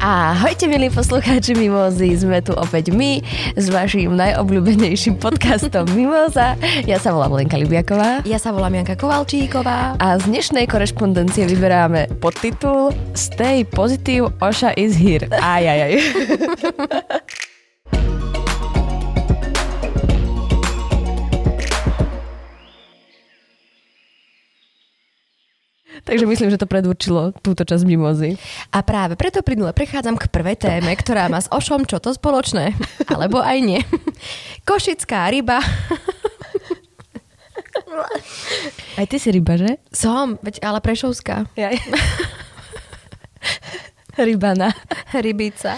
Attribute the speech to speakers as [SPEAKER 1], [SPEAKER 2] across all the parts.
[SPEAKER 1] Ahojte milí poslucháči Mimozy, sme tu opäť my s vašim najobľúbenejším podcastom Mimoza. Ja sa volám Lenka Libiaková
[SPEAKER 2] Ja sa volám Janka Kovalčíková.
[SPEAKER 1] a z dnešnej korešpondencie vyberáme podtitul Stay positive, Oša is here. Aj, aj, aj. Takže myslím, že to predurčilo túto časť Mimozy.
[SPEAKER 2] A práve preto plynule prechádzam k prvej téme, ktorá má s Ošom čo to spoločné. Alebo aj nie. Košická ryba.
[SPEAKER 1] Aj ty si ryba, že?
[SPEAKER 2] Som, veď ale prešovská.
[SPEAKER 1] Jaj. Rybana.
[SPEAKER 2] Rybica.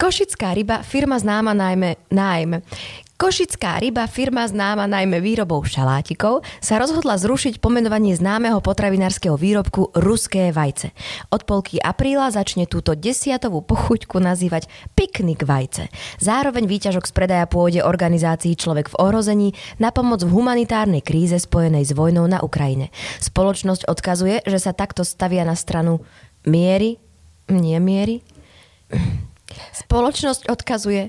[SPEAKER 2] Košická ryba, firma známa najmä, najmä. Košická ryba, firma známa najmä výrobou šalátikov, sa rozhodla zrušiť pomenovanie známeho potravinárskeho výrobku ruské vajce. Od polky apríla začne túto desiatovú pochuťku nazývať piknik vajce. Zároveň výťažok z predaja pôjde organizácii Človek v ohrození na pomoc v humanitárnej kríze spojenej s vojnou na Ukrajine. Spoločnosť odkazuje, že sa takto stavia na stranu miery, nie miery, Spoločnosť odkazuje.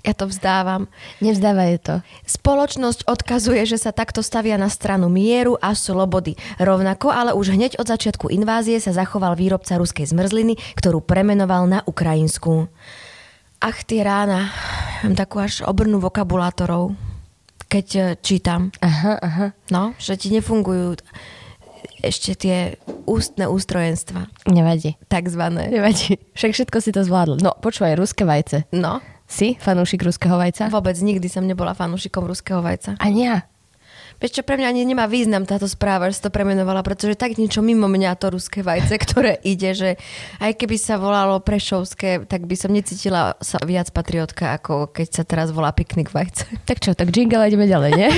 [SPEAKER 2] Ja to vzdávam.
[SPEAKER 1] Nevzdáva je to.
[SPEAKER 2] Spoločnosť odkazuje, že sa takto stavia na stranu mieru a slobody. Rovnako, ale už hneď od začiatku invázie sa zachoval výrobca ruskej zmrzliny, ktorú premenoval na ukrajinskú. Ach, tie rána. Mám takú až obrnu vokabulátorov, keď eh, čítam.
[SPEAKER 1] Aha, aha.
[SPEAKER 2] No, že ti nefungujú ešte tie ústne ústrojenstva,
[SPEAKER 1] Nevadí.
[SPEAKER 2] takzvané.
[SPEAKER 1] Nevadí. Však všetko si to zvládol. No, počúvaj, ruské vajce.
[SPEAKER 2] No,
[SPEAKER 1] Si fanúšik ruského vajca?
[SPEAKER 2] Vôbec nikdy som nebola fanúšikom ruského vajca.
[SPEAKER 1] Ani ja.
[SPEAKER 2] Vieš čo, pre mňa ani nemá význam táto správa, že si to premenovala, pretože tak niečo mimo mňa to ruské vajce, ktoré ide, že aj keby sa volalo Prešovské, tak by som necítila sa viac patriotka, ako keď sa teraz volá piknik vajce.
[SPEAKER 1] Tak čo, tak jingle a ideme ďalej, nie?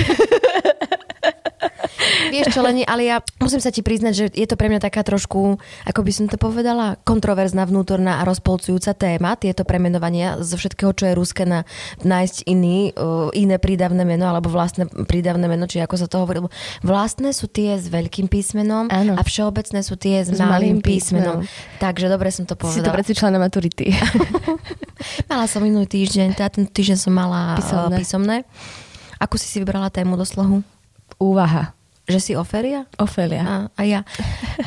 [SPEAKER 2] Vieš čo, Leni, ale ja musím sa ti priznať, že je to pre mňa taká trošku, ako by som to povedala, kontroverzná, vnútorná a rozpolcujúca téma, tieto premenovania zo všetkého, čo je ruské, na nájsť iný, uh, iné prídavné meno, alebo vlastné prídavné meno, či ako sa to hovorilo. Vlastné sú tie s veľkým písmenom
[SPEAKER 1] Áno.
[SPEAKER 2] a všeobecné sú tie s, malým písmenom. Takže dobre som
[SPEAKER 1] Si
[SPEAKER 2] to
[SPEAKER 1] to
[SPEAKER 2] povedala.
[SPEAKER 1] precvičila na maturity.
[SPEAKER 2] Mala som minulý týždeň, teda ten týždeň som mala
[SPEAKER 1] Písomné.
[SPEAKER 2] písomné. písomné. Ako si si vybrala tému do slohu?
[SPEAKER 1] Úvaha.
[SPEAKER 2] Že si oferia?
[SPEAKER 1] Ofelia.
[SPEAKER 2] A, a ja.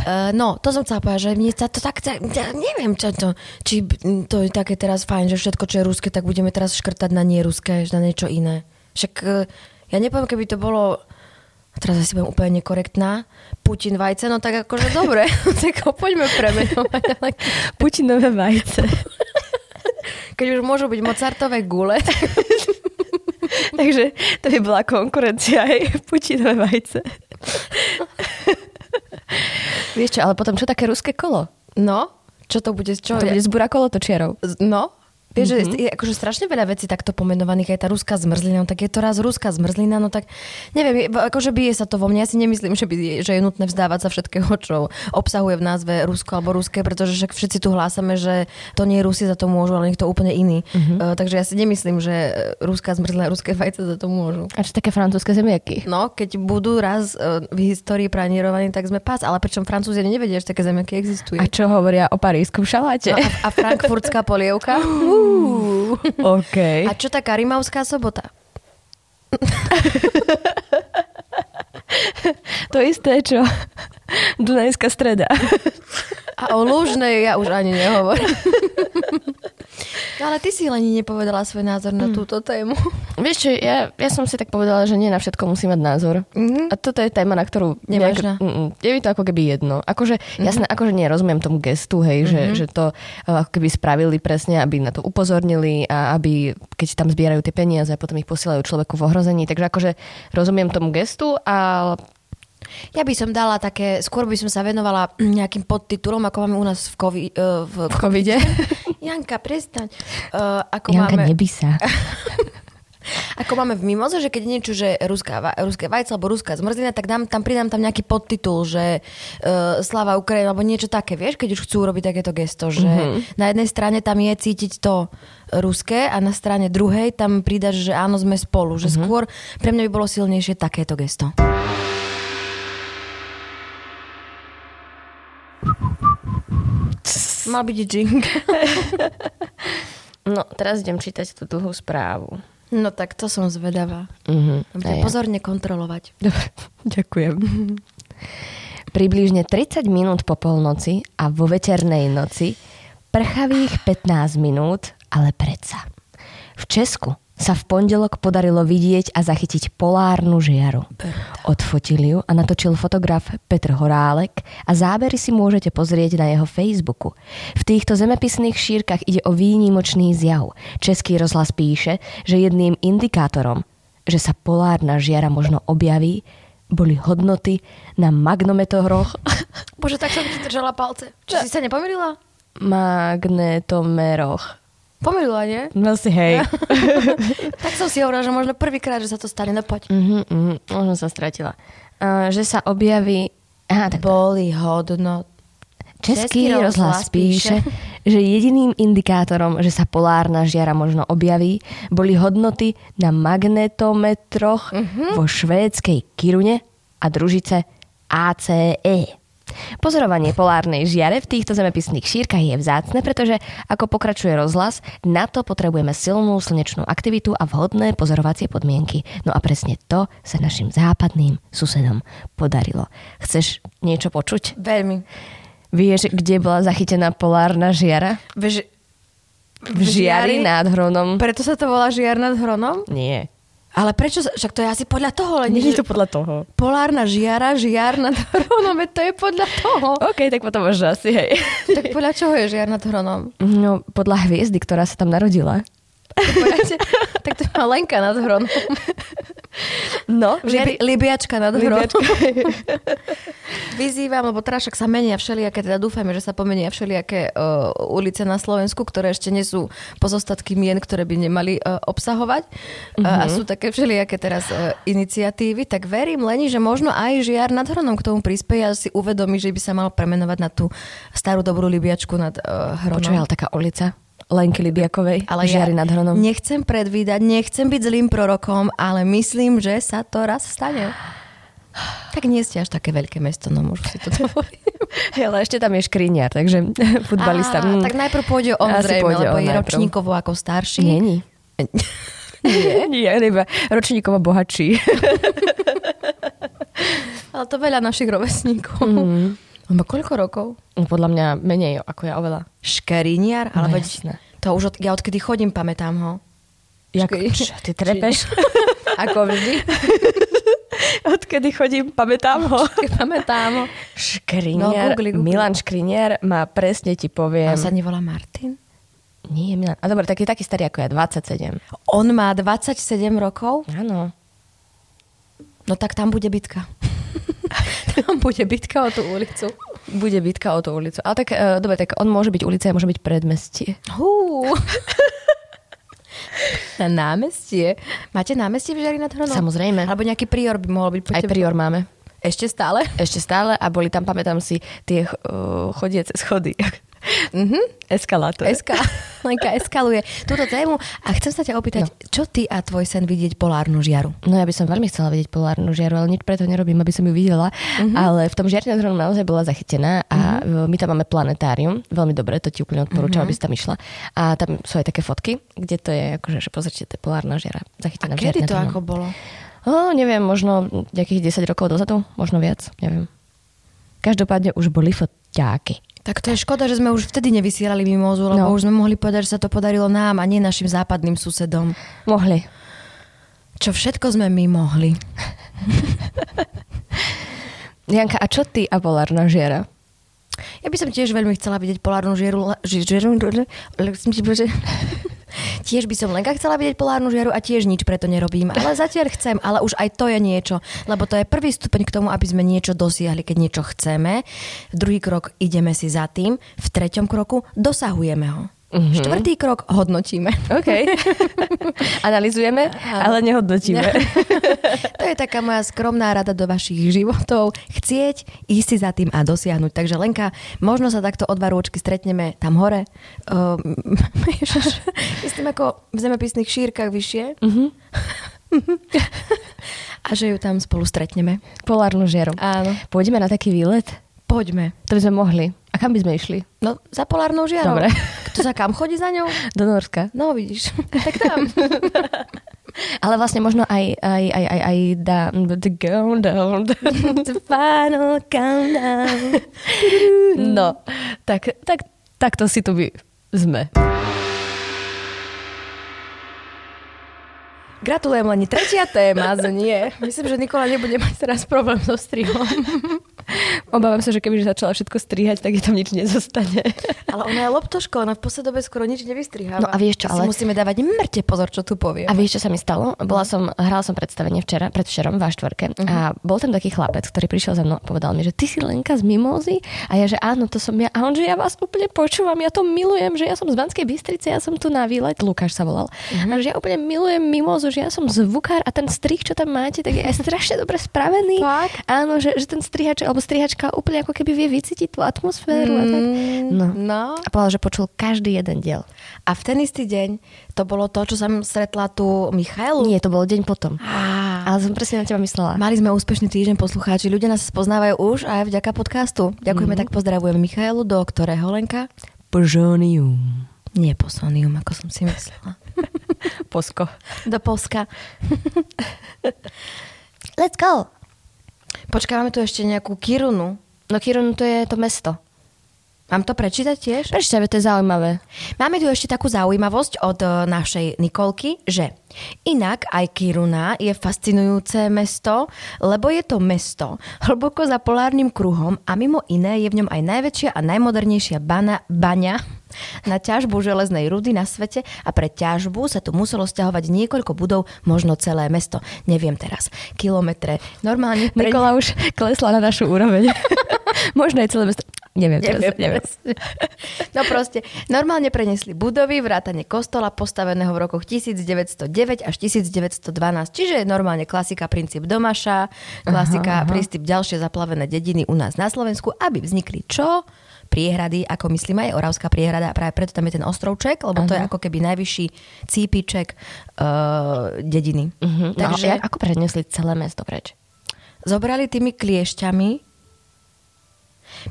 [SPEAKER 2] E, no, to som chcela povedať, že mne sa to tak, tak ja neviem, čo to, či b- to je také teraz fajn, že všetko, čo je ruské, tak budeme teraz škrtať na neruské, na niečo iné. Však e, ja nepoviem, keby to bolo teraz asi budem úplne nekorektná, Putin vajce, no tak akože dobre, tak ho poďme premenovať, ale
[SPEAKER 1] Putinové vajce.
[SPEAKER 2] keď už môžu byť Mozartové gule, tak
[SPEAKER 1] Takže to by bola konkurencia aj Putinové vajce. Vieš čo, ale potom čo také ruské kolo?
[SPEAKER 2] no, čo to bude, čo
[SPEAKER 1] To
[SPEAKER 2] je?
[SPEAKER 1] bude zbúra kolo točiarov.
[SPEAKER 2] Z- No, vieš, mm-hmm. že je akože strašne veľa vecí takto pomenovaných, aj tá ruská zmrzlina, no tak je to raz ruská zmrzlina, no tak neviem, je- akože bije sa to vo mne, ja si nemyslím, že, by, že je nutné vzdávať sa všetkého, čo obsahuje v názve Rusko alebo ruské, pretože však všetci tu hlásame, že to nie Rusi za to môžu, ale niekto úplne iný. Mm-hmm. Uh, takže ja si nemyslím, že e, ruská zmrzlina, ruské vajce za to môžu.
[SPEAKER 1] A čo také francúzske zemiaky?
[SPEAKER 2] No, keď budú raz e, v histórii pranírovaní, tak sme pás, ale pričom Francúzi nevedia, že také zemiaky existujú.
[SPEAKER 1] A čo hovoria o parískom šaláte?
[SPEAKER 2] No, a, a frankfurtská polievka? Uú.
[SPEAKER 1] OK.
[SPEAKER 2] A čo taká Rimavská sobota?
[SPEAKER 1] to isté, čo Dunajská streda.
[SPEAKER 2] A o Lúžnej ja už ani nehovorím. No ale ty si Leni nepovedala svoj názor na túto tému.
[SPEAKER 1] Vieš čo, ja, ja som si tak povedala, že nie na všetko musí mať názor.
[SPEAKER 2] Mhm.
[SPEAKER 1] A toto je téma, na ktorú...
[SPEAKER 2] Nemáš na?
[SPEAKER 1] mm, mm, je mi to ako keby jedno. Akože, jasné, akože nerozumiem tomu gestu, hej, že, že to eh, ako keby spravili presne, aby na to upozornili a aby, keď tam zbierajú tie peniaze a potom ich posielajú človeku v ohrození. Takže akože rozumiem tomu gestu, ale
[SPEAKER 2] Ja by som dala také, skôr by som sa venovala nejakým podtitulom, ako máme u nás v, kovi, eh, v,
[SPEAKER 1] v covide...
[SPEAKER 2] Janka, prestaň. Eh, ako
[SPEAKER 1] Janka
[SPEAKER 2] máme...
[SPEAKER 1] nebí sa.
[SPEAKER 2] Ako máme v Mimoze, že keď je niečo, že ruská, va- ruské vajce alebo ruská zmrzlina, tak dám, tam pridám tam nejaký podtitul, že uh, Slava Ukrajina alebo niečo také, vieš, keď už chcú urobiť takéto gesto, že mm-hmm. na jednej strane tam je cítiť to ruské a na strane druhej tam pridaš, že áno, sme spolu, že mm-hmm. skôr pre mňa by bolo silnejšie takéto gesto. Mal byť jing.
[SPEAKER 1] No, teraz idem čítať tú dlhú správu.
[SPEAKER 2] No tak to som zvedavá.
[SPEAKER 1] Uh-huh.
[SPEAKER 2] Budem pozorne kontrolovať.
[SPEAKER 1] Dobre, ďakujem. Približne 30 minút po polnoci a vo veternej noci prchavých 15 minút, ale predsa. V Česku sa v pondelok podarilo vidieť a zachytiť polárnu žiaru. Odfotil ju a natočil fotograf Petr Horálek a zábery si môžete pozrieť na jeho Facebooku. V týchto zemepisných šírkach ide o výnimočný zjav. Český rozhlas píše, že jedným indikátorom, že sa polárna žiara možno objaví, boli hodnoty na magnometoroch,
[SPEAKER 2] Bože, tak som ti držala palce. Čo si sa nepomýlila?
[SPEAKER 1] magnetomeroch.
[SPEAKER 2] Pomýlila, nie?
[SPEAKER 1] No si hej.
[SPEAKER 2] Tak som si hovorila, že možno prvýkrát, že sa to stane. No poď.
[SPEAKER 1] Mhm, mhm, možno sa stratila. Uh, že sa objaví... Aha, tak
[SPEAKER 2] Boli hodno.
[SPEAKER 1] Český,
[SPEAKER 2] Český
[SPEAKER 1] rozhlas
[SPEAKER 2] rozhlas
[SPEAKER 1] píše, že jediným indikátorom, že sa polárna žiara možno objaví, boli hodnoty na magnetometroch vo švédskej Kirune a družice ACE. Pozorovanie polárnej žiare v týchto zemepisných šírkach je vzácne, pretože, ako pokračuje rozhlas, na to potrebujeme silnú slnečnú aktivitu a vhodné pozorovacie podmienky. No a presne to sa našim západným susedom podarilo. Chceš niečo počuť?
[SPEAKER 2] Veľmi.
[SPEAKER 1] Vieš, kde bola zachytená polárna žiara?
[SPEAKER 2] Vieš,
[SPEAKER 1] V žiari nad Hronom.
[SPEAKER 2] Preto sa to volá žiar nad hronom?
[SPEAKER 1] Nie.
[SPEAKER 2] Ale prečo? sa- Však to je asi podľa toho, len
[SPEAKER 1] Nie
[SPEAKER 2] nie,
[SPEAKER 1] je to
[SPEAKER 2] že
[SPEAKER 1] podľa toho.
[SPEAKER 2] polárna žiara, žiar nad hronom, veď to je podľa toho.
[SPEAKER 1] OK, tak potom možno asi, hej.
[SPEAKER 2] Tak podľa čoho je žiar nad hronom?
[SPEAKER 1] No, podľa hviezdy, ktorá sa tam narodila.
[SPEAKER 2] Tak poďte, tak to má Lenka nad hronom.
[SPEAKER 1] No,
[SPEAKER 2] Libi, Libiačka nad hronom.
[SPEAKER 1] Libiačka.
[SPEAKER 2] Vyzývam, lebo teraz však sa menia všelijaké, teda dúfame, že sa pomenia všelijaké uh, ulice na Slovensku, ktoré ešte nie sú pozostatky mien, ktoré by nemali uh, obsahovať. Uh, a
[SPEAKER 1] Mhm.
[SPEAKER 2] sú také všelijaké teraz uh, iniciatívy. Tak verím Leni, že možno aj Žiar nad Hronom k tomu prispieje a si uvedomí, že by sa mal premenovať na tú starú dobrú Libiačku nad uh, Hronom.
[SPEAKER 1] Počuj, ale taká ulica. Lenky Libiakovej, no. ale
[SPEAKER 2] Ale ja
[SPEAKER 1] žiary nad Hronom.
[SPEAKER 2] nechcem predvídať, nechcem byť zlým prorokom, ale myslím, že sa to raz stane. Tak nie ste až také veľké mesto, no môžu si to dovoliť.
[SPEAKER 1] Hej, ale ešte tam je škriniar, takže futbalista.
[SPEAKER 2] Á,
[SPEAKER 1] Mm.
[SPEAKER 2] Tak najprv pôjde on
[SPEAKER 1] Asi
[SPEAKER 2] zrejme,
[SPEAKER 1] pôjde
[SPEAKER 2] lebo
[SPEAKER 1] on
[SPEAKER 2] je
[SPEAKER 1] najprv.
[SPEAKER 2] ročníkovo ako starší.
[SPEAKER 1] Není. Nie, nie, iba ročníkovo bohačí.
[SPEAKER 2] Ale to veľa našich rovesníkov.
[SPEAKER 1] Mhm.
[SPEAKER 2] Mm. On má koľko rokov?
[SPEAKER 1] No, Podľa mňa menej ako ja oveľa.
[SPEAKER 2] Škeriniar?
[SPEAKER 1] No
[SPEAKER 2] Ale veď
[SPEAKER 1] jasné.
[SPEAKER 2] to už od, ja odkedy chodím, pamätám ho.
[SPEAKER 1] Jak,
[SPEAKER 2] Škri-
[SPEAKER 1] čo, ty trepeš?
[SPEAKER 2] Ako vždy,
[SPEAKER 1] Odkedy chodím, pamätám ho.
[SPEAKER 2] pamätám ho.
[SPEAKER 1] Škriniar,
[SPEAKER 2] No, googli, googli.
[SPEAKER 1] Milan Škriniar má presne ti poviem.
[SPEAKER 2] On sa nevolá Martin?
[SPEAKER 1] Nie, Milan. A dobre, tak je taký starý ako ja, 27.
[SPEAKER 2] On má 27 rokov?
[SPEAKER 1] Áno.
[SPEAKER 2] No tak tam bude bitka. tam No, bude bitka o tú ulicu.
[SPEAKER 1] Bude bitka o tú ulicu. Ale tak, e, dobre, tak on môže byť ulica, môže byť predmestie.
[SPEAKER 2] Hú. Na námestie. Máte námestie v Žiari nad Hronom?
[SPEAKER 1] Samozrejme.
[SPEAKER 2] Alebo nejaký prior by mohol byť.
[SPEAKER 1] Aj
[SPEAKER 2] Poďte-
[SPEAKER 1] prior máme.
[SPEAKER 2] Ešte stále?
[SPEAKER 1] Ešte stále a boli tam, pamätám si, tie uh, chodiece schody.
[SPEAKER 2] Mhm.
[SPEAKER 1] Eskalátor.
[SPEAKER 2] Eska, Lenka eskaluje túto tému a chcem sa ťa opýtať, no. čo ty a tvoj sen vidieť polárnu žiaru?
[SPEAKER 1] No ja by som veľmi chcela vidieť polárnu žiaru, ale nič preto nerobím, aby som ju videla. Uh-huh. Ale v tom žiari nad hronom naozaj bola zachytená a uh-huh. my tam máme planetárium. Veľmi dobre, to ti úplne odporúčam, uh-huh. aby si tam išla. A tam sú aj také fotky, kde to je, akože, že pozrite, to je polárna žiara zachytená v Žiari nad Hronom.
[SPEAKER 2] bolo?
[SPEAKER 1] No, neviem, možno nejakých 10 rokov dozadu, možno viac, neviem. Každopádne už boli foťáky.
[SPEAKER 2] Tak to je škoda, že sme už vtedy nevysielali mimozu,
[SPEAKER 1] No.
[SPEAKER 2] lebo no. už sme mohli povedať, že sa to podarilo nám a nie našim západným susedom.
[SPEAKER 1] Mohli.
[SPEAKER 2] Čo všetko sme my mohli.
[SPEAKER 1] Janka, a čo ty a polárna žiara?
[SPEAKER 2] Ja by som tiež veľmi chcela vidieť polárnu žiaru. ži- žiaru- le- le- som si povedala, že- Tiež by som Lenka chcela vidieť polárnu žiaru a tiež nič preto nerobím. Ale zatiaľ chcem, ale už aj to je niečo. Lebo to je prvý stupeň k tomu, aby sme niečo dosiahli, keď niečo chceme. Druhý krok ideme si za tým. V treťom kroku dosahujeme ho. Mm-hmm. Štvrtý krok hodnotíme.
[SPEAKER 1] OK. Analizujeme, ale nehodnotíme.
[SPEAKER 2] To je taká moja skromná rada do vašich životov. Chcieť, ísť si za tým a dosiahnuť. Takže Lenka, možno sa takto o dva rôčky stretneme tam hore. Ehm, Ježiš, Myslím ako v zemepisných šírkach vyššie. a že ju tam spolu stretneme.
[SPEAKER 1] Polárnu žiaru.
[SPEAKER 2] Áno.
[SPEAKER 1] Pôjdeme na taký výlet?
[SPEAKER 2] Poďme.
[SPEAKER 1] To by sme mohli. A kam by sme išli?
[SPEAKER 2] No, za polárnou žiarou.
[SPEAKER 1] Dobre.
[SPEAKER 2] Kto sa kam chodí za ňou?
[SPEAKER 1] Do Norska.
[SPEAKER 2] No, vidíš. Tak tam.
[SPEAKER 1] Ale vlastne možno aj, aj, aj, aj, aj down, the go down.
[SPEAKER 2] The final countdown.
[SPEAKER 1] No, tak, tak, takto si tu by sme.
[SPEAKER 2] Gratulujem, len tretia téma znie. Myslím, že Nikola nebude mať teraz problém so strihom.
[SPEAKER 1] Obávam sa, že keby začala všetko strihať, tak je tam nič nezostane.
[SPEAKER 2] Ale ona je loptoško, ona v poslednej dobe skoro nič nevystriháva.
[SPEAKER 1] No a vieš čo,
[SPEAKER 2] Si
[SPEAKER 1] ale-
[SPEAKER 2] musíme dávať mŕte pozor, čo tu povie.
[SPEAKER 1] A vieš, čo sa mi stalo? Bola som, hrala som predstavenie včera, predvčerom v štvorke uh-huh. a bol tam taký chlapec, ktorý prišiel za mnou a povedal mi, že ty si Lenka z Mimózy a ja, že áno, to som ja. A on, že ja vás úplne počúvam, ja to milujem, že ja som z Banskej Bystrice, ja som tu na výlet, Lukáš sa volal. Uh-huh. A že ja úplne milujem Mimózu, že ja som zvukár a ten strih, čo tam máte, tak je aj strašne dobre spravený.
[SPEAKER 2] Fakt?
[SPEAKER 1] Áno, že, že ten strihač alebo strihačka úplne ako keby vie vycítiť tú atmosféru a tak. No.
[SPEAKER 2] No.
[SPEAKER 1] A povedal, že počul každý jeden diel.
[SPEAKER 2] A v ten istý deň to bolo to, čo som stretla tu Michaelu.
[SPEAKER 1] Nie, to bol deň potom.
[SPEAKER 2] Á,
[SPEAKER 1] Ale som presne na teba myslela.
[SPEAKER 2] Mali sme úspešný týždeň poslucháči. Ľudia nás spoznávajú už aj vďaka podcastu.
[SPEAKER 1] Mhm.
[SPEAKER 2] Ďakujeme, tak pozdravujem Michaelu, do ktorého Lenka?
[SPEAKER 1] Pžonium.
[SPEAKER 2] Nie posonium, ako som si myslela.
[SPEAKER 1] Posko.
[SPEAKER 2] Do Polska.
[SPEAKER 1] Let's go!
[SPEAKER 2] Počkávame tu ešte nejakú Kirunu.
[SPEAKER 1] No Kirun, to je to mesto.
[SPEAKER 2] Mám to prečítať tiež?
[SPEAKER 1] Prečo to je zaujímavé?
[SPEAKER 2] Máme tu ešte takú zaujímavosť od e, našej Nikolky, že inak aj Kiruna je fascinujúce mesto, lebo je to mesto hlboko za polárnym kruhom a mimo iné je v ňom aj najväčšia a najmodernejšia bana, baňa na ťažbu železnej rudy na svete a pre ťažbu sa tu muselo sťahovať niekoľko budov, možno celé mesto. Neviem teraz. Kilometre. Normálne... pre-
[SPEAKER 1] Nikola už klesla na našu úroveň. Možno aj celé mesto. Neviem,
[SPEAKER 2] Neviem,
[SPEAKER 1] teraz, neviem.
[SPEAKER 2] presne. No proste, normálne preniesli budovy, vrátane kostola postaveného v rokoch 1909 až 1912. Čiže je normálne klasika princíp domaša, klasika aha, aha. princíp ďalšie zaplavené dediny u nás na Slovensku, aby vznikli čo? priehrady, ako myslím aj Oravská priehrada a práve preto tam je ten ostrovček, lebo to je ako keby najvyšší cípiček uh, dediny.
[SPEAKER 1] Mhm, no, Takže... ako prenesli celé mesto preč?
[SPEAKER 2] Zobrali tými kliešťami.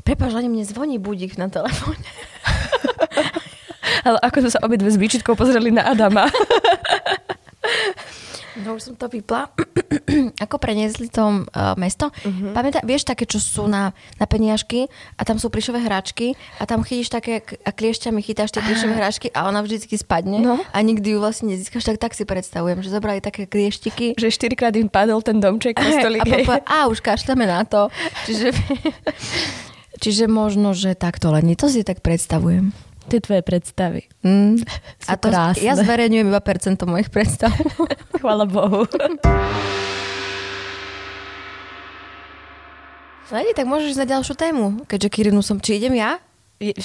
[SPEAKER 2] Prepaž, ani mne zvoní budík na telefóne.
[SPEAKER 1] Ale ako sme sa obidve s výčitkou pozreli na Adama.
[SPEAKER 2] No už som to vypla. Ako preniesli to uh, mesto. Uh-huh. Pamätá, vieš také, čo sú na, na peniažky a tam sú plišové hráčky a tam chytíš také k- a kliešťami chytáš tie plišové hráčky a ona vždycky spadne
[SPEAKER 1] No.
[SPEAKER 2] a nikdy ju vlastne nezískaš. Tak, tak si predstavujem, že zobrali také klieštiky
[SPEAKER 1] že štyrikrát im padol ten domček po
[SPEAKER 2] a,
[SPEAKER 1] stolík.
[SPEAKER 2] popa- a už kašľame na to. Čiže, čiže možno, že takto len. To si tak predstavujem.
[SPEAKER 1] Tie tvoje predstavy.
[SPEAKER 2] Mm.
[SPEAKER 1] Sú krásne.
[SPEAKER 2] ja zverejňujem iba percento mojich predstav.
[SPEAKER 1] Chvala Bohu.
[SPEAKER 2] Leni, No, tak môžeš ísť na ďalšiu tému, keďže Kirinu som... Či idem ja?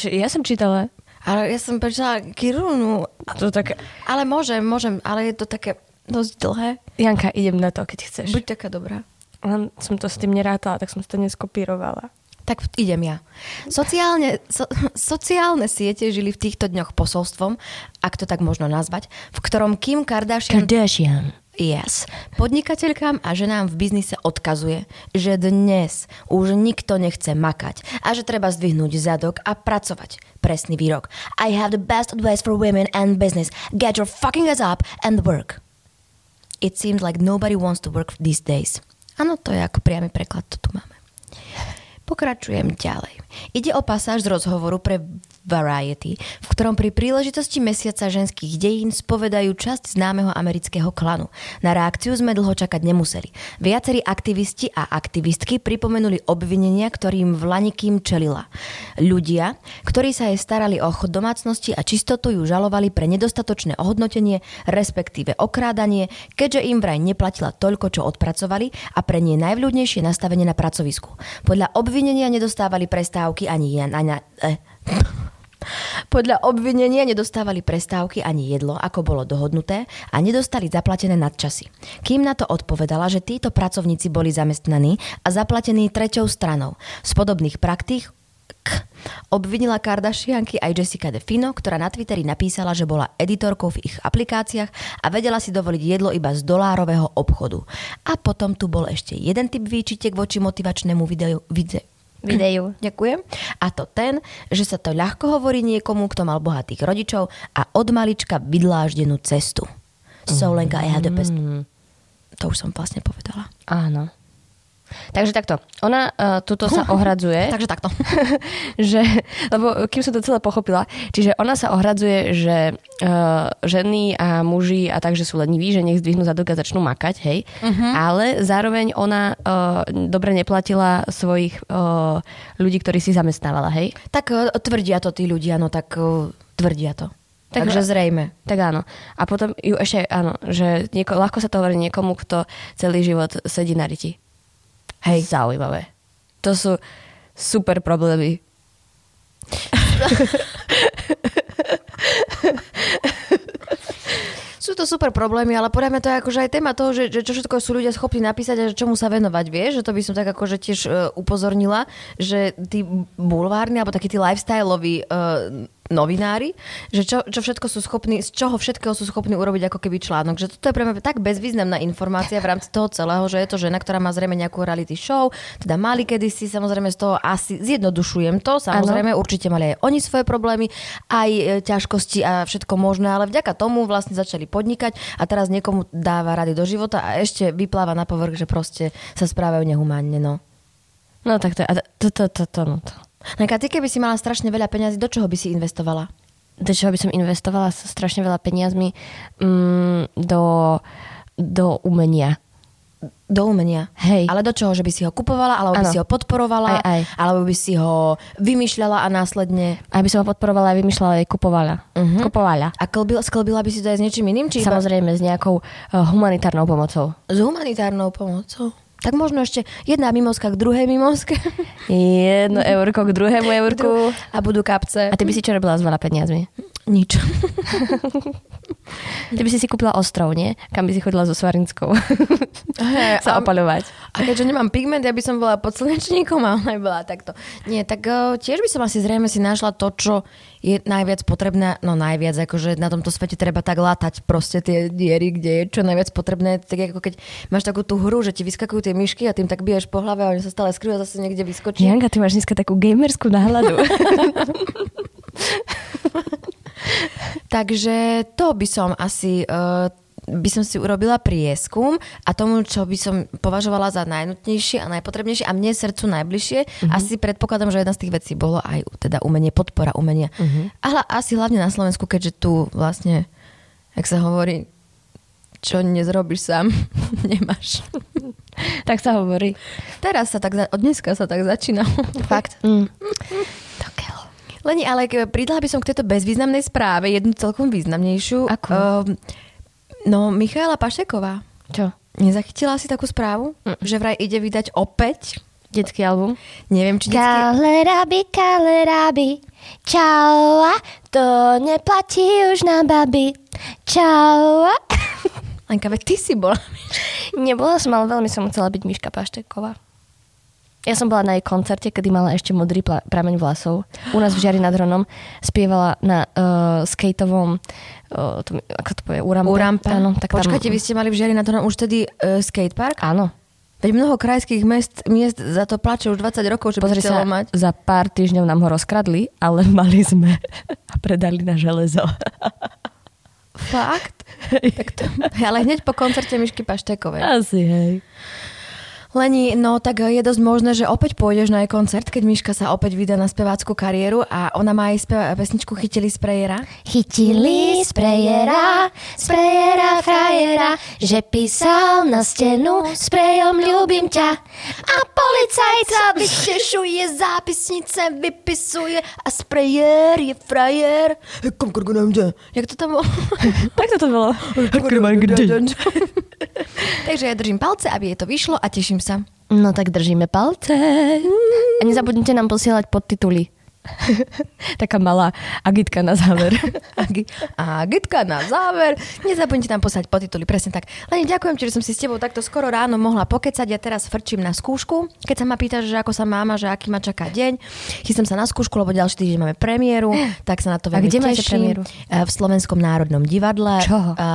[SPEAKER 1] Ja som čítala.
[SPEAKER 2] Ale ja som prečítala Kirunu.
[SPEAKER 1] To tak...
[SPEAKER 2] Ale môžem, môžem, ale je to také dosť dlhé.
[SPEAKER 1] Janka, idem na to, keď chceš.
[SPEAKER 2] Buď taká dobrá.
[SPEAKER 1] Len som to s tým nerátala, tak som to neskopírovala.
[SPEAKER 2] Tak v- idem ja. Sociálne, so, sociálne siete žili v týchto dňoch posolstvom, ak to tak možno nazvať, v ktorom Kim Kardashian
[SPEAKER 1] Kardashian.
[SPEAKER 2] yes, podnikateľkám a ženám v biznise odkazuje, že dnes už nikto nechce makať a že treba zdvihnúť zadok a pracovať. Presný výrok. I have the best advice for women and business. Get your fucking ass up and work. It seems like nobody wants to work these days. Áno, to je ako priamy preklad, to tu máme. Pokračujem ďalej. Ide o pasáž z rozhovoru pre Variety, v ktorom pri príležitosti mesiaca ženských dejín spovedajú časť známeho amerického klanu. Na reakciu sme dlho čakať nemuseli. Viacerí aktivisti a aktivistky pripomenuli obvinenia, ktorým vlani Kim čelila. Ľudia, ktorí sa jej starali o chod domácnosti a čistotu, ju žalovali pre nedostatočné ohodnotenie, respektíve okrádanie, keďže im vraj neplatila toľko, čo odpracovali a pre nie najvľúdnejšie nastavenie na pracovisku. Podľa obvinenia nedostávali prestávky ani ja, na, na, eh. Podľa obvinenia nedostávali prestávky ani jedlo, ako bolo dohodnuté, a nedostali zaplatené nadčasy. Kým na to odpovedala, že títo pracovníci boli zamestnaní a zaplatení treťou stranou. Z podobných praktík K. Obvinila Kardashianky aj Jessica DeFino, ktorá na Twitteri napísala, že bola editorkou v ich aplikáciách a vedela si dovoliť jedlo iba z dolárového obchodu. A potom tu bol ešte jeden typ výčitek voči motivačnému videu, vide,
[SPEAKER 3] videu.
[SPEAKER 2] Ďakujem. A to ten, že sa to ľahko hovorí niekomu, kto mal bohatých rodičov a od malička vydláždenú cestu. Soulenka mm. the best.
[SPEAKER 1] Mhm.
[SPEAKER 2] To už som vlastne povedala.
[SPEAKER 1] Áno. Takže takto. Ona uh, tuto sa ohradzuje.
[SPEAKER 2] Takže takto.
[SPEAKER 1] že, lebo kým som to celé pochopila, čiže ona sa ohradzuje, že uh, ženy a muži a tak, že sú leniví, že nech zdvihnú zadok a začnú makať, hej. Uh-huh. Ale zároveň ona uh, dobre neplatila svojich uh, ľudí, ktorí si zamestnávala, hej.
[SPEAKER 2] Tak eh, tvrdia to tí ľudia, no tak eh, tvrdia to.
[SPEAKER 1] Tak-
[SPEAKER 2] Takže zrejme.
[SPEAKER 1] Tak áno. A potom ju ešte, áno, že nieko, ľahko sa to hovorí niekomu, kto celý život sedí na riti. Hej. Zaujímavé. To sú super problémy.
[SPEAKER 2] Sú to super problémy, ale podľa mňa to je akože aj téma toho, že, že čo všetko sú ľudia schopní napísať a že čomu sa venovať, vieš, že to by som tak akože tiež uh, upozornila, že tí bulvárni alebo takí tí lifestyleoví uh, novinári, že čo, čo všetko sú schopní, z čoho všetkého sú schopní urobiť ako keby článok. Že toto je pre mňa tak bezvýznamná informácia v rámci toho celého, že je to žena, ktorá má zrejme nejakú reality show, teda mali kedysi, samozrejme z toho asi zjednodušujem to, samozrejme určite mali aj oni svoje problémy, aj e, ťažkosti a všetko možné, ale vďaka tomu vlastne začali podnikať a teraz niekomu dáva rady do života a ešte vypláva na povrch, že proste sa správajú nehumánne. No.
[SPEAKER 1] No tak to je, a to, to, to, to, no to.
[SPEAKER 2] Lenka, ty keby si mala strašne veľa peňazí, do čoho by si investovala?
[SPEAKER 1] Do čoho by som investovala s- strašne veľa peniazmi mm, do, do umenia.
[SPEAKER 2] Do umenia.
[SPEAKER 1] Hej.
[SPEAKER 2] Ale do čoho? Že by si ho kupovala, alebo by
[SPEAKER 1] Áno.
[SPEAKER 2] si ho podporovala,
[SPEAKER 1] Aj, aj.
[SPEAKER 2] alebo by si ho vymýšľala a následne...
[SPEAKER 1] Aby som ho podporovala, aj vymýšľala, aj kupovala.
[SPEAKER 2] Mhm.
[SPEAKER 1] Kupovala.
[SPEAKER 2] A klbil, sklbila by si to aj s niečím iným? Či iba
[SPEAKER 1] Samozrejme s nejakou eh, humanitárnou pomocou.
[SPEAKER 2] s humanitárnou pomocou? Tak možno ešte jedna mimoska k druhej mimoske.
[SPEAKER 1] Jedno eurko k druhému eurku.
[SPEAKER 2] A budú kapce.
[SPEAKER 1] A ty by si čo robila s veľa peniazmi?
[SPEAKER 2] Nič.
[SPEAKER 1] Ty by si si kúpila ostrov, nie? Kam by si chodila so Svarinskou
[SPEAKER 2] Hey,
[SPEAKER 1] sa opaľovať.
[SPEAKER 2] A keďže nemám pigment, ja by som bola pod slnečníkom a ona by bola takto. Nie, tak eh, tiež by som asi zrejme si našla to, čo je najviac potrebné, no najviac, akože na tomto svete treba tak látať proste tie diery, kde je čo najviac potrebné, tak ako keď máš takú tú hru, že ti vyskakujú tie myšky a tým tak biješ po hlave a oni sa stále skrývajú, zase niekde vyskočí.
[SPEAKER 1] Janka, ty máš dneska takú gamerskú náhľadu.
[SPEAKER 2] Takže to by som asi... eh, by som si urobila prieskum a tomu, čo by som považovala za najnutnejšie a najpotrebnejšie a mne srdcu najbližšie, mm-hmm. asi predpokladám, že jedna z tých vecí bolo aj teda umenie, podpora umenia. Mm-hmm. Ale asi hlavne na Slovensku, keďže tu vlastne, ak sa hovorí, čo nezrobíš sám, nemáš.
[SPEAKER 1] tak sa hovorí.
[SPEAKER 2] Teraz sa tak, za- od dneska sa tak začína. Fakt.
[SPEAKER 1] Mm.
[SPEAKER 2] Leni, ale k- pridala by som k tejto bezvýznamnej správe jednu celkom významnejšiu.
[SPEAKER 1] Akú?
[SPEAKER 2] Ehm, no, Michaela Pašeková.
[SPEAKER 1] Čo?
[SPEAKER 2] Nezachytila si takú správu, mm. že vraj ide vydať opäť?
[SPEAKER 1] Detský album?
[SPEAKER 2] Neviem, či detský...
[SPEAKER 3] Kalerabi, kalerabi, čau, to neplatí už na baby, čau.
[SPEAKER 2] Lenka, veď ty si bola.
[SPEAKER 1] Nebola som, ale veľmi som chcela byť Miška Pašteková. Ja som bola na jej koncerte, kedy mala ešte modrý pla- prameň vlasov. U nás v Žiari nad Hronom spievala na uh, skateovom, uh, tom, ako to povie, Urampe.
[SPEAKER 2] Urampa.
[SPEAKER 1] Áno, no, tak
[SPEAKER 2] Počkajte,
[SPEAKER 1] tam...
[SPEAKER 2] vy ste mali v Žiari na to už tedy uh, skatepark?
[SPEAKER 1] Áno.
[SPEAKER 2] Veď mnoho krajských miest, miest za to plače už 20 rokov, že by
[SPEAKER 1] Pozri
[SPEAKER 2] chcelo
[SPEAKER 1] sa,
[SPEAKER 2] mať.
[SPEAKER 1] za pár týždňov nám ho rozkradli, ale mali sme a predali na železo.
[SPEAKER 2] Fakt? tak to, ale hneď po koncerte Mišky Paštekovej.
[SPEAKER 1] Asi, hej.
[SPEAKER 2] Leni, no tak je dosť možné, že opäť pôjdeš na jej koncert, keď Miška sa opäť vydá na spevácku kariéru a ona má aj speva- pesničku Chytili z prejera.
[SPEAKER 3] Chytili sprejera, sprejera frajera, že písal na stenu sprejom ľúbim ťa. A policajt sa vyšešuje, zápisnice vypisuje a sprejer je frajer.
[SPEAKER 2] Jak to tam bolo?
[SPEAKER 1] tak toto bolo.
[SPEAKER 2] Takže ja držím palce, aby jej to vyšlo a teším sa.
[SPEAKER 1] No tak držíme palce. A nezabudnite nám posielať podtituly. Taká malá agitka na záver.
[SPEAKER 2] Agi- A Gitka na záver. Nezabudnite tam poslať podtituly, presne tak. Leni, ďakujem, ti, že som si s tebou takto skoro ráno mohla pokecať. Ja teraz frčím na skúšku. Keď sa ma pýtaš, že ako sa máma, že aký ma čaká deň, chystám sa na skúšku, lebo ďalší týždeň máme premiéru, tak sa na to
[SPEAKER 1] A
[SPEAKER 2] veľmi
[SPEAKER 1] kde máte
[SPEAKER 2] teším.
[SPEAKER 1] premiéru?
[SPEAKER 2] E, V Slovenskom národnom divadle.
[SPEAKER 1] Čoho?
[SPEAKER 2] A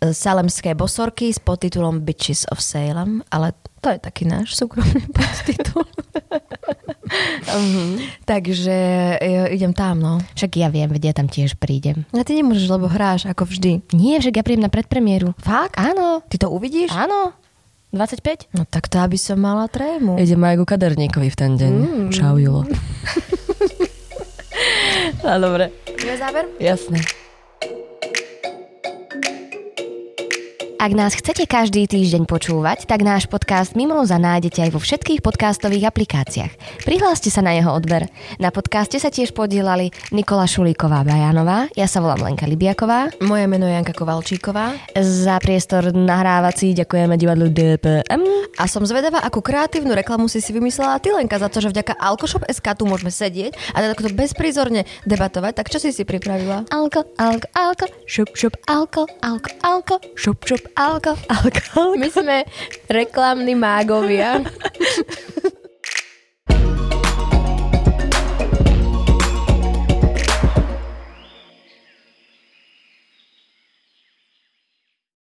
[SPEAKER 2] Salemské bosorky s podtitulom Bitches of Salem, ale to je taký náš súkromný podtitul. Takže e, idem tam, no.
[SPEAKER 4] Však ja viem, vedia, tam tiež prídem.
[SPEAKER 2] A ty nemôžeš, lebo hráš ako vždy.
[SPEAKER 4] Nie, však ja prídem na predpremieru. Fakt? Áno.
[SPEAKER 2] Ty to uvidíš?
[SPEAKER 4] Áno. 25?
[SPEAKER 2] No tak to, aby som mala trému.
[SPEAKER 4] Idem aj ku kaderníkovi v ten deň. Mm. Čau, Julo. A dobre,
[SPEAKER 2] Je záver?
[SPEAKER 4] jasné.
[SPEAKER 1] Ak nás chcete každý týždeň počúvať, tak náš podcast Mimoza nájdete aj vo všetkých podcastových aplikáciách. Prihláste sa na jeho odber. Na podcaste sa tiež podielali Nikola Šulíková-Bajanová, ja sa volám Lenka Libiaková.
[SPEAKER 2] Moje meno je Janka Kovalčíková
[SPEAKER 1] Za priestor nahrávací ďakujeme divadlu DPM.
[SPEAKER 2] a som zvedavá, akú kreatívnu reklamu si si vymyslela ty Lenka za to, že vďaka Alkoshop.sk tu môžeme sedieť a teda takto bezprizorne debatovať. Tak čo si si pripravila?
[SPEAKER 1] Alko, alko, alko, šup, šup, alko, alko, alko, šup, šup, alko, alko, alko.
[SPEAKER 2] My sme reklamní mágovia.